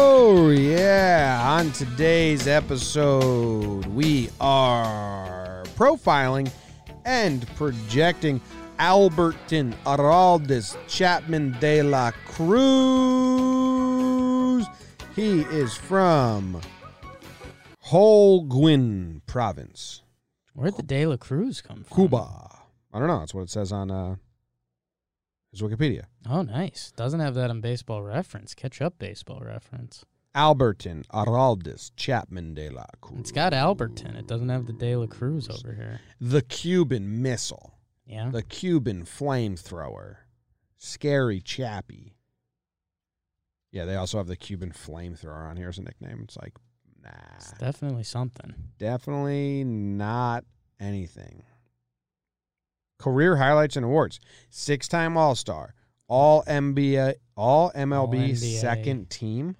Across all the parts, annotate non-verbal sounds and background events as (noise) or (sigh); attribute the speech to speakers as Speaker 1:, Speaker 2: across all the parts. Speaker 1: Oh, today's episode, we are profiling and projecting Albertin Araldis Chapman de la Cruz. He is from Holguin province,
Speaker 2: Where'd the De La Cruz come from?
Speaker 1: Cuba. I don't know. That's what it says on uh, his Wikipedia.
Speaker 2: Oh, nice. Doesn't have that on baseball reference. Catch up baseball reference.
Speaker 1: Albertin Araldis Chapman de la Cruz.
Speaker 2: It's got Alberton. It doesn't have the De La Cruz over here.
Speaker 1: the Cuban Missile.
Speaker 2: Yeah.
Speaker 1: The Cuban flamethrower. Scary Chappie. Yeah, they also have the Cuban flamethrower on here as a nickname. It's like, nah.
Speaker 2: It's definitely something.
Speaker 1: Definitely not anything. Career highlights and awards. Six time All Star. All NBA all MLB
Speaker 2: All-NBA.
Speaker 1: second team.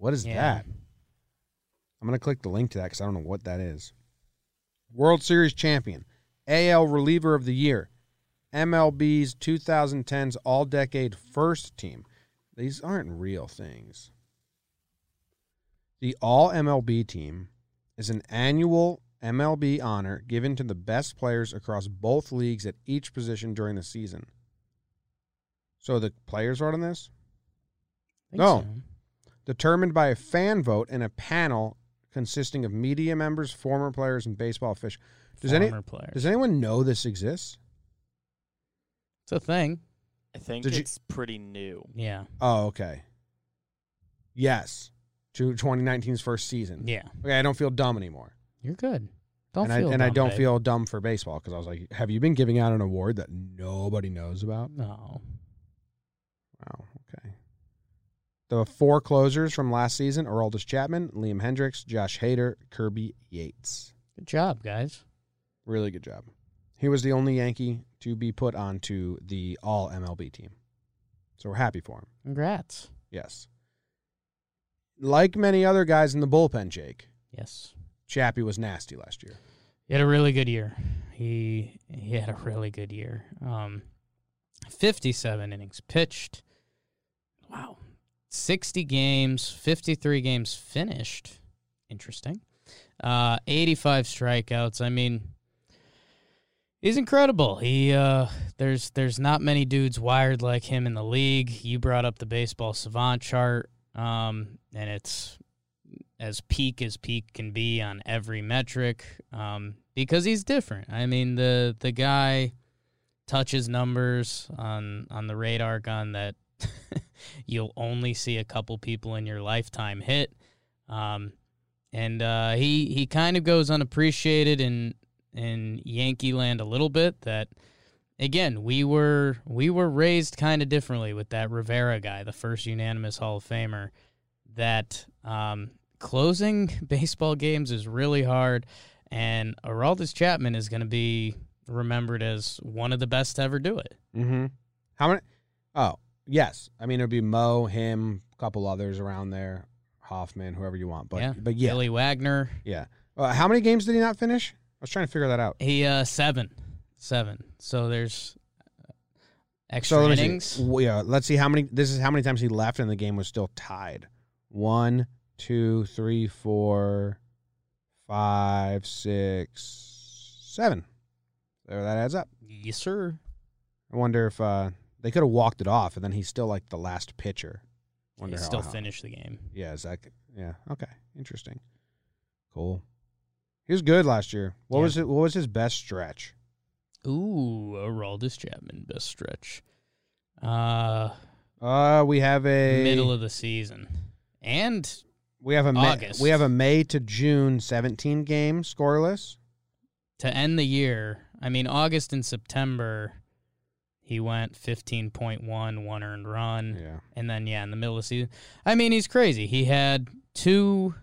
Speaker 1: What is
Speaker 2: Yeah.
Speaker 1: that? I'm gonna click the link to that because I don't know what that is. World Series champion. AL reliever of the year. MLB's 2010's all decade first team. These aren't real things. The All MLB team is an annual MLB honor given to the best players across both leagues at each position during the season. So the players are on this?
Speaker 2: Think
Speaker 1: No.
Speaker 2: so.
Speaker 1: Determined by a fan vote and a panel consisting of media members, former players, and baseball officials. Does any-
Speaker 2: Former players.
Speaker 1: Does anyone know this exists?
Speaker 2: it's a thing.
Speaker 3: I think
Speaker 1: Did you-
Speaker 3: it's pretty new.
Speaker 2: Yeah.
Speaker 1: Oh, okay. Yes. To 2019's first season.
Speaker 2: Yeah.
Speaker 1: Okay, I don't feel dumb anymore.
Speaker 2: You're good. Don't
Speaker 1: and I,
Speaker 2: feel
Speaker 1: and I
Speaker 2: dumb,
Speaker 1: don't
Speaker 2: babe.
Speaker 1: feel dumb for baseball because I was like, have you been giving out an award that nobody knows about?
Speaker 2: No.
Speaker 1: Wow. Okay. The four closers from last season are Aldis Chapman, Liam Hendricks, Josh Hader, Kirby Yates.
Speaker 2: Good job, guys.
Speaker 1: Really good job. He was the only Yankee to be put onto the all MLB team. So we're happy for him.
Speaker 2: Congrats.
Speaker 1: Yes. Like many other guys in the bullpen, Jake,
Speaker 2: Yes.
Speaker 1: Chappie was nasty last year.
Speaker 2: He had a really good year. He he had a really good year. Um, fifty-seven innings pitched. Wow, sixty games, fifty-three games finished. Interesting. Uh, eighty-five strikeouts. I mean, he's incredible. He uh, there's there's not many dudes wired like him in the league. You brought up the baseball savant chart, um, and it's as peak as peak can be on every metric um, because he's different. I mean, the the guy touches numbers on on the radar gun that (laughs) you'll only see a couple people in your lifetime hit, um, and uh, he he kind of goes unappreciated in in Yankee land a little bit that. Again, we were we were raised kind of differently with that Rivera guy, the first unanimous Hall of Famer, that um, closing (laughs) baseball games is really hard, and Araldis Chapman is going to be remembered as one of the best to ever do it.
Speaker 1: Mm-hmm. How many? Oh, yes. I mean, it'd be Mo, him, a couple others around there, Hoffman, whoever you want. But
Speaker 2: Yeah.
Speaker 1: but yeah,
Speaker 2: Billy Wagner,
Speaker 1: yeah. Uh, how many games did he not finish? I was trying to figure that out.
Speaker 2: he uh, seven, seven. So there's uh, extra
Speaker 1: let me see.
Speaker 2: innings.
Speaker 1: W- Yeah, let's see how many. This is how many times he left, and the game was still tied. One, two, three, four, five, six, seven. There, that adds up.
Speaker 2: Yes, sir.
Speaker 1: I wonder if uh, they could have walked it off, and then he's still like the last pitcher.
Speaker 2: He
Speaker 1: Wonder how-
Speaker 2: still
Speaker 1: how-
Speaker 2: finished the game.
Speaker 1: Yeah, Zach. Yeah. Okay. Interesting. Cool. He was good last year. What
Speaker 2: Yeah.
Speaker 1: was it? What was his best stretch?
Speaker 2: Ooh, Araldis Chapman best stretch. Uh,
Speaker 1: Uh, we have a
Speaker 2: middle of the season, and
Speaker 1: we have a May,
Speaker 2: August.
Speaker 1: we have a May to June seventeen game scoreless.
Speaker 2: to end the year, I mean August and September, he went 15.1 one earned run,
Speaker 1: Yeah.
Speaker 2: and then yeah, in the middle of the season, I mean he's crazy. He had two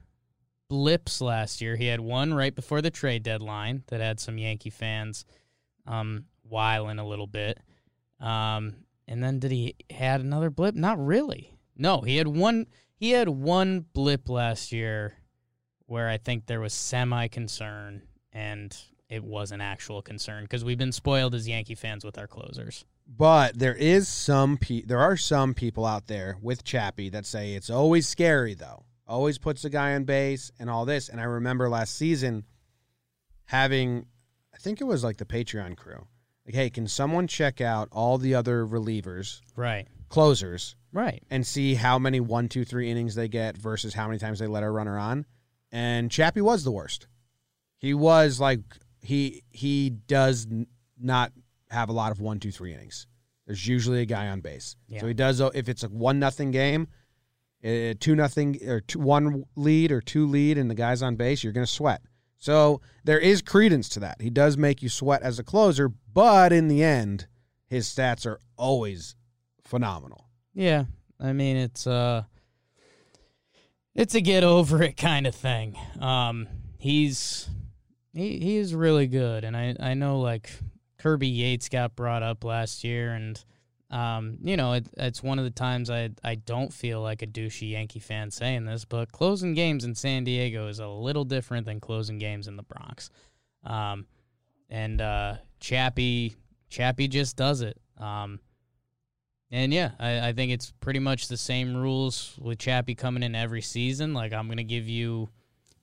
Speaker 2: blips last year. He had one right before the trade deadline that had some Yankee fans um whiling a little bit. Um and then did he had another blip? Not really. No, he had one he had one blip last year where I think there was semi concern and it was an actual concern because we've been spoiled as Yankee fans with our closers.
Speaker 1: But there is some pe- there are some people out there with Chappie that say it's always scary though. always puts the guy on base and all this. And I remember last season having, I think it was like the Patreon crew, like, hey, can someone check out all the other relievers,
Speaker 2: Right.
Speaker 1: closers,
Speaker 2: Right.
Speaker 1: and see how many one, two, three innings they get versus how many times they let a runner on? And Chappie was the worst. He was like he he does n- not have a lot of one, two, three innings. There's usually a guy on base, so
Speaker 2: Yeah.
Speaker 1: he does. uh, If it's a one nothing game, eh, two nothing or two, one lead or two lead, and the guy's on base, you're gonna sweat. So there is credence to that. He does make you sweat as a closer, but in the end, his stats are always phenomenal.
Speaker 2: Yeah. I mean, it's uh it's a get over it kind of thing. Um he's he he is really good and I I know like Kirby Yates got brought up last year and um you know, it, it's one of the times I I don't feel like a douchey Yankee fan saying this, but closing games in San Diego is a little different than closing games in the Bronx. Um and uh Chappie Chappie just does it. Um and yeah, I, I think it's pretty much the same rules with Chappie coming in every season. Like I'm gonna give you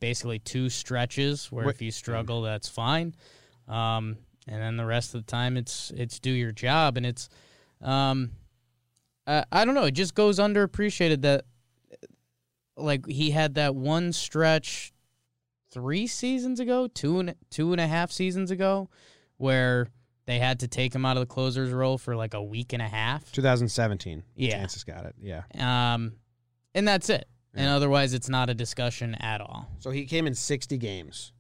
Speaker 2: basically two stretches where
Speaker 1: Wait.
Speaker 2: if you struggle, that's fine. Um, and then the rest of the time, it's it's do your job, and it's um, I, I don't know. It just goes underappreciated that like he had that one stretch three seasons ago, two and two and a half seasons ago, where they had to take him out of the closer's role for like a week and a half.
Speaker 1: 2017.
Speaker 2: Yeah.
Speaker 1: Chances got it. Yeah.
Speaker 2: Um, and that's it. And
Speaker 1: Yeah.
Speaker 2: otherwise, it's not a discussion at all.
Speaker 1: So he came in 60 games.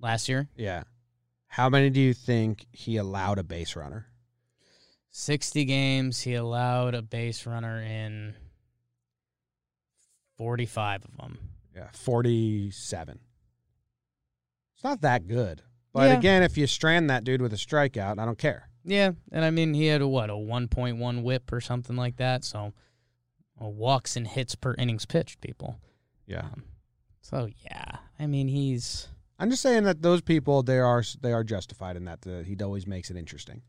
Speaker 2: Last year,
Speaker 1: Yeah. How many do you think he allowed a base runner?
Speaker 2: 60 games, he allowed a base runner in 45 of them.
Speaker 1: Yeah, 47. It's not that good. But
Speaker 2: Yeah.
Speaker 1: again, if you strand that dude with a strikeout, I don't care.
Speaker 2: Yeah, and I mean, he had a what, a 1.1 whip or something like that. So, uh, walks and hits per innings pitched, people.
Speaker 1: Yeah.
Speaker 2: Um, so yeah, I mean, he's
Speaker 1: I'm just saying that those people they are they are justified in that that he always makes it interesting.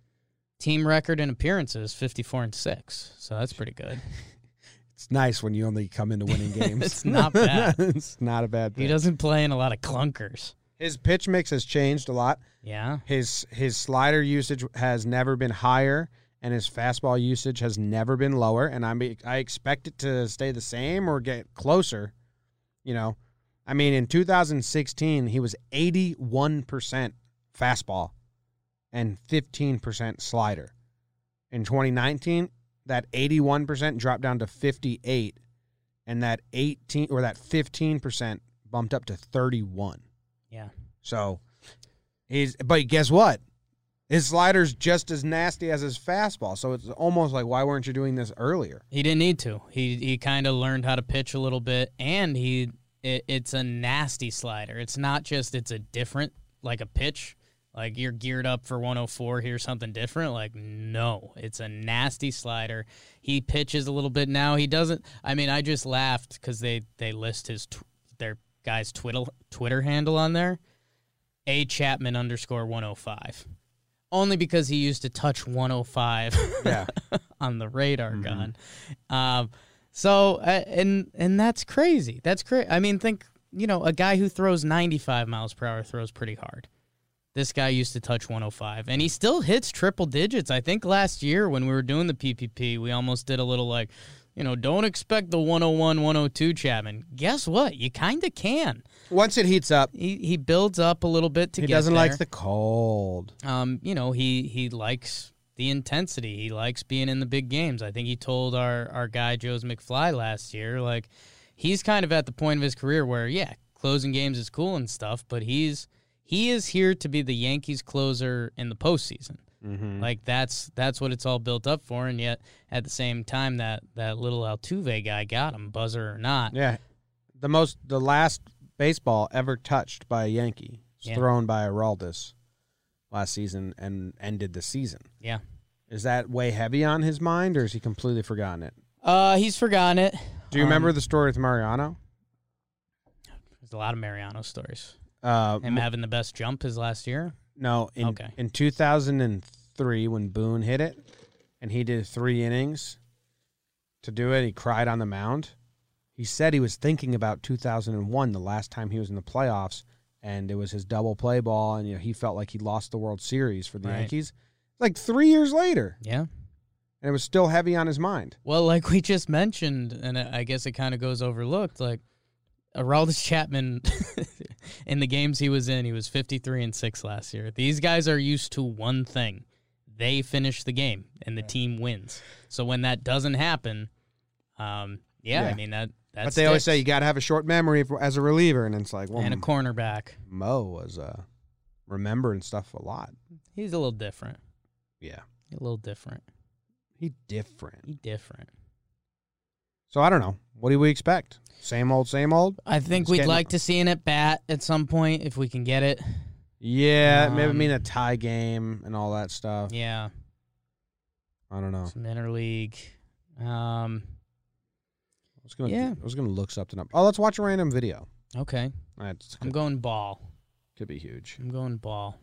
Speaker 2: team record in appearances, 54 and six. So that's pretty good.
Speaker 1: It's nice when you only come into
Speaker 2: (laughs)
Speaker 1: winning games.
Speaker 2: It's
Speaker 1: (laughs)
Speaker 2: not bad.
Speaker 1: it's not a bad
Speaker 2: He
Speaker 1: thing.
Speaker 2: doesn't play in a lot of clunkers.
Speaker 1: His pitch mix has changed a lot.
Speaker 2: Yeah.
Speaker 1: His his slider usage has never been higher, and his fastball usage has never been lower. And I mean, I expect it to stay the same or get closer. You know, I mean, in 2016 he was 81 percent fastball and 15 percent slider. In 2019, that 81 percent dropped down to 58, and that 18 or that 15 percent bumped up to 31.
Speaker 2: Yeah.
Speaker 1: So he's but guess what? His slider's just as nasty as his fastball. So it's almost like why weren't you doing this
Speaker 2: (laughs)
Speaker 1: earlier?
Speaker 2: He didn't need to. He he kind of learned how to pitch a little bit, and he it, it's a nasty slider. It's not just it's a different like a pitch. Like you're geared up for 104, here's something different. Like no, it's a nasty slider. He pitches a little bit now. He doesn't. I mean, I just laughed because they they list his tw- their guy's Twitter Twitter handle on there, a Chapman underscore 105, only because he used to touch (laughs) 105
Speaker 1: Yeah.
Speaker 2: on the radar
Speaker 1: Mm-hmm.
Speaker 2: gun. Um, so uh, and and that's crazy. That's crazy. I mean, think you know a guy who throws 95 miles per hour throws pretty hard. This guy used to touch 105, and he still hits triple digits. I think last year when we were doing the PPP, we almost did a little like, you know, don't expect the 101, 102 Chapman. Guess what? You kind of can.
Speaker 1: Once it heats up,
Speaker 2: He he builds up a little bit to
Speaker 1: he
Speaker 2: get
Speaker 1: doesn't
Speaker 2: there
Speaker 1: like the cold.
Speaker 2: um, you know, he he likes the intensity. He likes being in the big games. I think he told our our guy Joe's McFly last year, like he's kind of at the point of his career where yeah, closing games is cool and stuff, but he's he is here to be the Yankees closer in the postseason.
Speaker 1: Mm-hmm.
Speaker 2: Like that's that's what it's all built up for, and yet at the same time that that little Altuve guy got him, buzzer or not.
Speaker 1: Yeah. The most the last baseball ever touched by a Yankee was
Speaker 2: Yeah.
Speaker 1: thrown by Araldis last season and ended the season.
Speaker 2: Yeah.
Speaker 1: Is that way heavy on his mind or has he completely forgotten it?
Speaker 2: Uh, he's forgotten it.
Speaker 1: Do you
Speaker 2: Um,
Speaker 1: remember the story with Mariano?
Speaker 2: There's a lot of Mariano stories.
Speaker 1: Uh,
Speaker 2: Him having the best jump his last year.
Speaker 1: No, in
Speaker 2: Okay.
Speaker 1: in 2003 when Boone hit it and he did 3 innings to do it, he cried on the mound He said he was thinking about 2001, the last time he was in the playoffs, and it was his double play ball, and you know he felt like he lost the World Series for the
Speaker 2: Right.
Speaker 1: Yankees. Like three years later,
Speaker 2: Yeah.
Speaker 1: and it was still heavy on his mind.
Speaker 2: Well, like we just mentioned, and I I guess it kind of goes overlooked, like Araldus (laughs) Chapman in the games he was in, he was 53 and 6 last year. These guys are used to one thing. They finish the game and the team wins. So when that doesn't happen, um, yeah,
Speaker 1: Yeah.
Speaker 2: I mean that that's
Speaker 1: but they always say Mm. you got to have a short memory for, as a reliever, and it's like, well,
Speaker 2: and a cornerback.
Speaker 1: Mo was uh, remembering stuff a lot.
Speaker 2: He's a little different.
Speaker 1: Yeah,
Speaker 2: A little different.
Speaker 1: he different.
Speaker 2: He different.
Speaker 1: So I don't know. What do we expect? Same old, same old.
Speaker 2: I think
Speaker 1: He's
Speaker 2: we'd
Speaker 1: getting-
Speaker 2: like to see an at bat at some point if we can get it.
Speaker 1: Yeah, maybe
Speaker 2: Um,
Speaker 1: mean a tie game and all that stuff.
Speaker 2: Yeah.
Speaker 1: I don't know.
Speaker 2: Some interleague. Um
Speaker 1: I was gonna,
Speaker 2: Yeah.
Speaker 1: I was gonna look something up. Oh, let's watch a random video.
Speaker 2: okay.
Speaker 1: That's
Speaker 2: I'm
Speaker 1: could,
Speaker 2: going ball.
Speaker 1: could be huge.
Speaker 2: I'm going ball.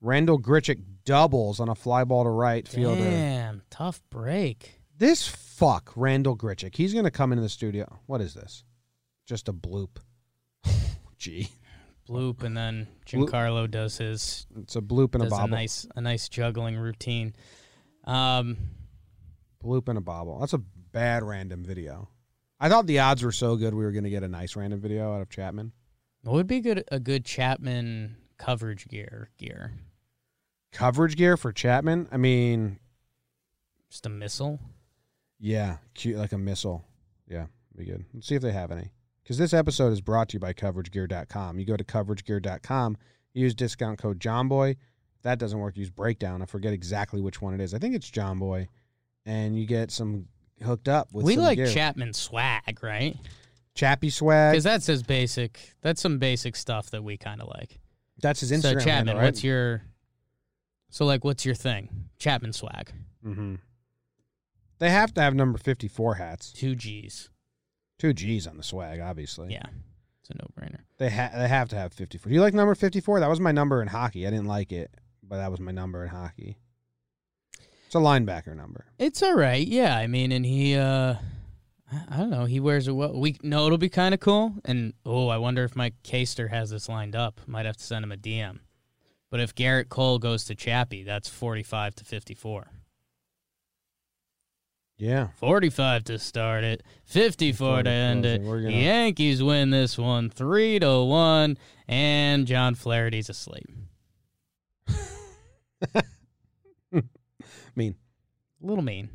Speaker 1: Randall Gritchick doubles on a fly ball to right fielder.
Speaker 2: Damn, tough break.
Speaker 1: This fuck Randall Gritchick. He's gonna come into the studio. What is this? Just a bloop. (laughs) Gee,
Speaker 2: Bloop and then
Speaker 1: Bloop.
Speaker 2: Giancarlo does his
Speaker 1: it's a bloop and a
Speaker 2: does a
Speaker 1: bobble.
Speaker 2: nice a nice juggling routine. Um
Speaker 1: bloop and a bobble. That's a bad random video. I thought the odds were so good we were gonna get a nice random video out of Chapman.
Speaker 2: what would be good a good Chapman coverage gear gear?
Speaker 1: Coverage gear for Chapman. I mean,
Speaker 2: Just a missile?
Speaker 1: Yeah, cute like a missile. Yeah, be good. Let's see if they have any. Because this episode is brought to you by CoverageGear.com. You go to CoverageGear.com, use discount code JohnBoy. If that doesn't work, use Breakdown. I forget exactly which one it is. I think it's JohnBoy, and you get some hooked up with
Speaker 2: we
Speaker 1: some
Speaker 2: like
Speaker 1: gear.
Speaker 2: Chapman swag, right?
Speaker 1: Chappy swag.
Speaker 2: Because that's his basic. That's some basic stuff that we kind of like.
Speaker 1: That's his Instagram.
Speaker 2: so Chapman,
Speaker 1: handle, right?
Speaker 2: what's your? So like, what's your thing? Chapman swag.
Speaker 1: Mm-hmm. They have to have number fifty-four hats.
Speaker 2: Two G's.
Speaker 1: Two G's on the swag, obviously.
Speaker 2: Yeah, it's a no-brainer.
Speaker 1: They ha- they have to have 54. Do you like number 54? That was my number in hockey. I didn't like it, but that was my number in hockey. It's a linebacker number.
Speaker 2: It's all right. Yeah, I mean, and he. uh I I don't know. He wears a well. We no, it'll be kind of cool. And oh, I wonder if Mike Caster has this lined up. Might have to send him a DM. But if Garrett Cole goes to Chappie, that's forty-five to fifty-four.
Speaker 1: Yeah.
Speaker 2: 45 to start it, 54 to end
Speaker 1: close
Speaker 2: it.
Speaker 1: it. We're
Speaker 2: The
Speaker 1: gonna-
Speaker 2: Yankees win this one 3 to 1 and John Flaherty's (laughs) asleep.
Speaker 1: Mean.
Speaker 2: Little mean.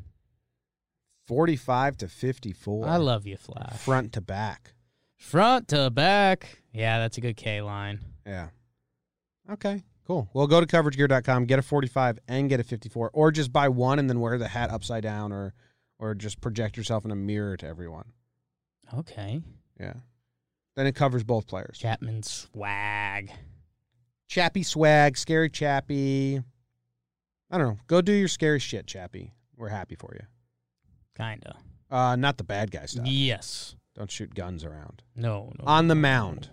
Speaker 1: 45 to 54.
Speaker 2: I love you, Flash.
Speaker 1: front to back.
Speaker 2: Front to back. Yeah, that's a good K line.
Speaker 1: Yeah. Okay. Cool. Well, go to coveragegear.com, get a 45 and get a 54 or just buy one and then wear the hat upside down or or just project yourself in a mirror to everyone.
Speaker 2: Okay.
Speaker 1: Yeah. Then it covers both players.
Speaker 2: Chapman swag.
Speaker 1: Chappy swag, scary Chappy. I don't know. Go do your scary shit, Chappy. We're happy for you.
Speaker 2: Kinda.
Speaker 1: Uh, not the bad guy stuff.
Speaker 2: Yes.
Speaker 1: Don't shoot guns around.
Speaker 2: No, no.
Speaker 1: On the mound,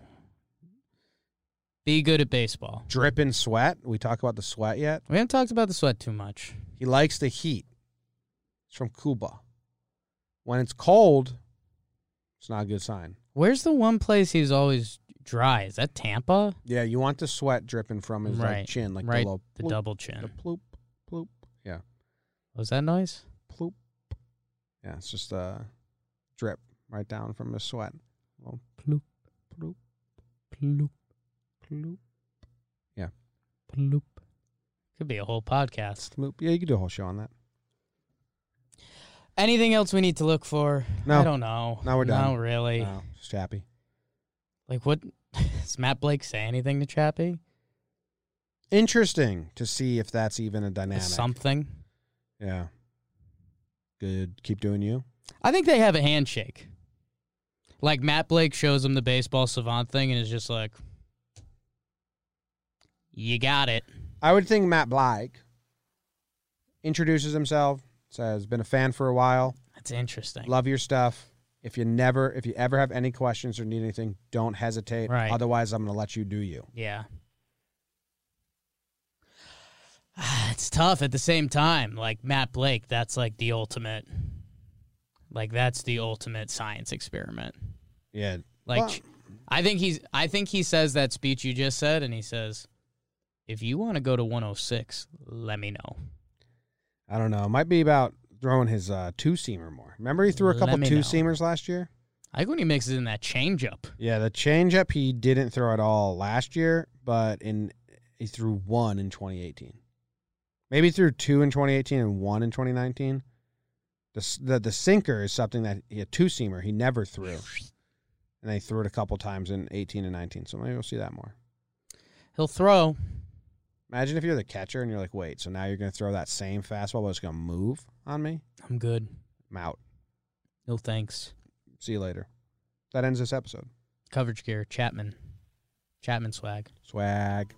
Speaker 2: Be good at baseball.
Speaker 1: dripping sweat. We talk about the sweat yet.
Speaker 2: We haven't talked about the sweat too much.
Speaker 1: He likes the heat. It's from Cuba. When it's cold, it's not a good sign.
Speaker 2: Where's the one place he's always dry? Is that Tampa?
Speaker 1: Yeah, you want the sweat dripping from his like,
Speaker 2: Right.
Speaker 1: chin, like
Speaker 2: Right.
Speaker 1: the little
Speaker 2: The
Speaker 1: ploop,
Speaker 2: double
Speaker 1: the
Speaker 2: chin.
Speaker 1: ploop, ploop. Yeah,
Speaker 2: Was that noise?
Speaker 1: ploop. Yeah, it's just a drip right down from his sweat. Little
Speaker 2: Ploop.
Speaker 1: ploop.
Speaker 2: Ploop.
Speaker 1: Ploop.
Speaker 2: Bloop. Could be a whole podcast.
Speaker 1: Ploop. Yeah, you could do a whole show on that.
Speaker 2: Anything else we need to look for?
Speaker 1: No.
Speaker 2: I don't know.
Speaker 1: No, we're done.
Speaker 2: No, really.
Speaker 1: No, just happy.
Speaker 2: Like, what? (laughs) Does Matt Blake say anything to Chappie?
Speaker 1: Interesting to see if that's even a dynamic.
Speaker 2: Something?
Speaker 1: Yeah. Good. Keep doing you.
Speaker 2: I think they have a handshake. Like, Matt Blake shows him the baseball savant thing and is just like, you got it.
Speaker 1: I would think Matt Blake introduces himself, says, been a fan for a while,
Speaker 2: That's interesting.
Speaker 1: love your stuff. If you never, if you ever have any questions or need anything, don't hesitate.
Speaker 2: Right.
Speaker 1: Otherwise, I'm going to let you do you.
Speaker 2: Yeah. (sighs) It's tough at the same time. Like Matt Blake, that's like the ultimate Like that's the ultimate science experiment.
Speaker 1: Yeah.
Speaker 2: Like
Speaker 1: Well-
Speaker 2: ch- I think he's I think he says that speech you just said and he says if you want to go to 106, let me know.
Speaker 1: I don't know. It might be about throwing his uh, two seamer more. Remember he threw a
Speaker 2: Let
Speaker 1: couple
Speaker 2: me
Speaker 1: two
Speaker 2: know.
Speaker 1: seamers last year?
Speaker 2: I think when he mixes in that changeup,
Speaker 1: Yeah, the changeup he didn't throw at all last year, but in he threw one in 2018. Maybe he threw two in 2018 and one in 2019. The s- the, the sinker is something that he had two seamer he never threw, and they threw it a couple times in 18 and 19. So maybe we'll see that more.
Speaker 2: he'll throw.
Speaker 1: Imagine if you're the catcher and you're like, wait, so now you're going to throw that same fastball, but it's going to move on me.
Speaker 2: I'm good.
Speaker 1: I'm out.
Speaker 2: No thanks.
Speaker 1: See you later. That ends this episode.
Speaker 2: Coverage gear, Chapman. Chapman swag.
Speaker 1: Swag.